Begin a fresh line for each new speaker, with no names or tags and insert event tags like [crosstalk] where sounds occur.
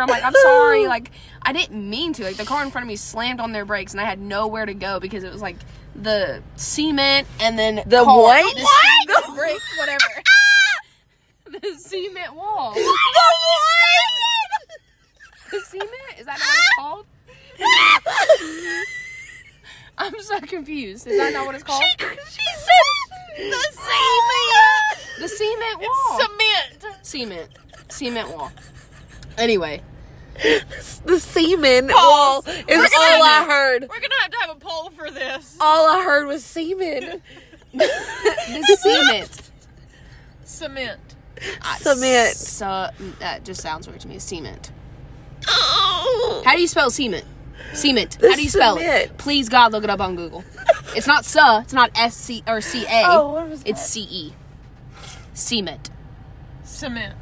I'm like, I'm
[laughs]
sorry, like I didn't mean to. Like the car in front of me slammed on their brakes, and I had nowhere to go because it was like the cement and then
The
car-
what?
the cement,
What?
the [laughs] brake,
[laughs]
whatever. the cement wall.
the what?
The cement is that not what
[laughs]
it's called? I'm so confused. Is that not what it's called?
She, she said the cement.
The cement wall.
It's cement.
cement, cement wall.
[laughs]
Anyway,
The semen
Pause.
wall is all I heard.
We're gonna have to have a poll for this.
All I heard was semen.
the cement.
Cement.
I-
Cement.
So mm, that just sounds weird to me. Cement.
Oh.
How do you spell cement? Cement. How do you spell
Cement.
it? Please God, look it up on Google. It's not suh. It's not S C or C A.
Oh, what was
it's C E. Cement.
Cement.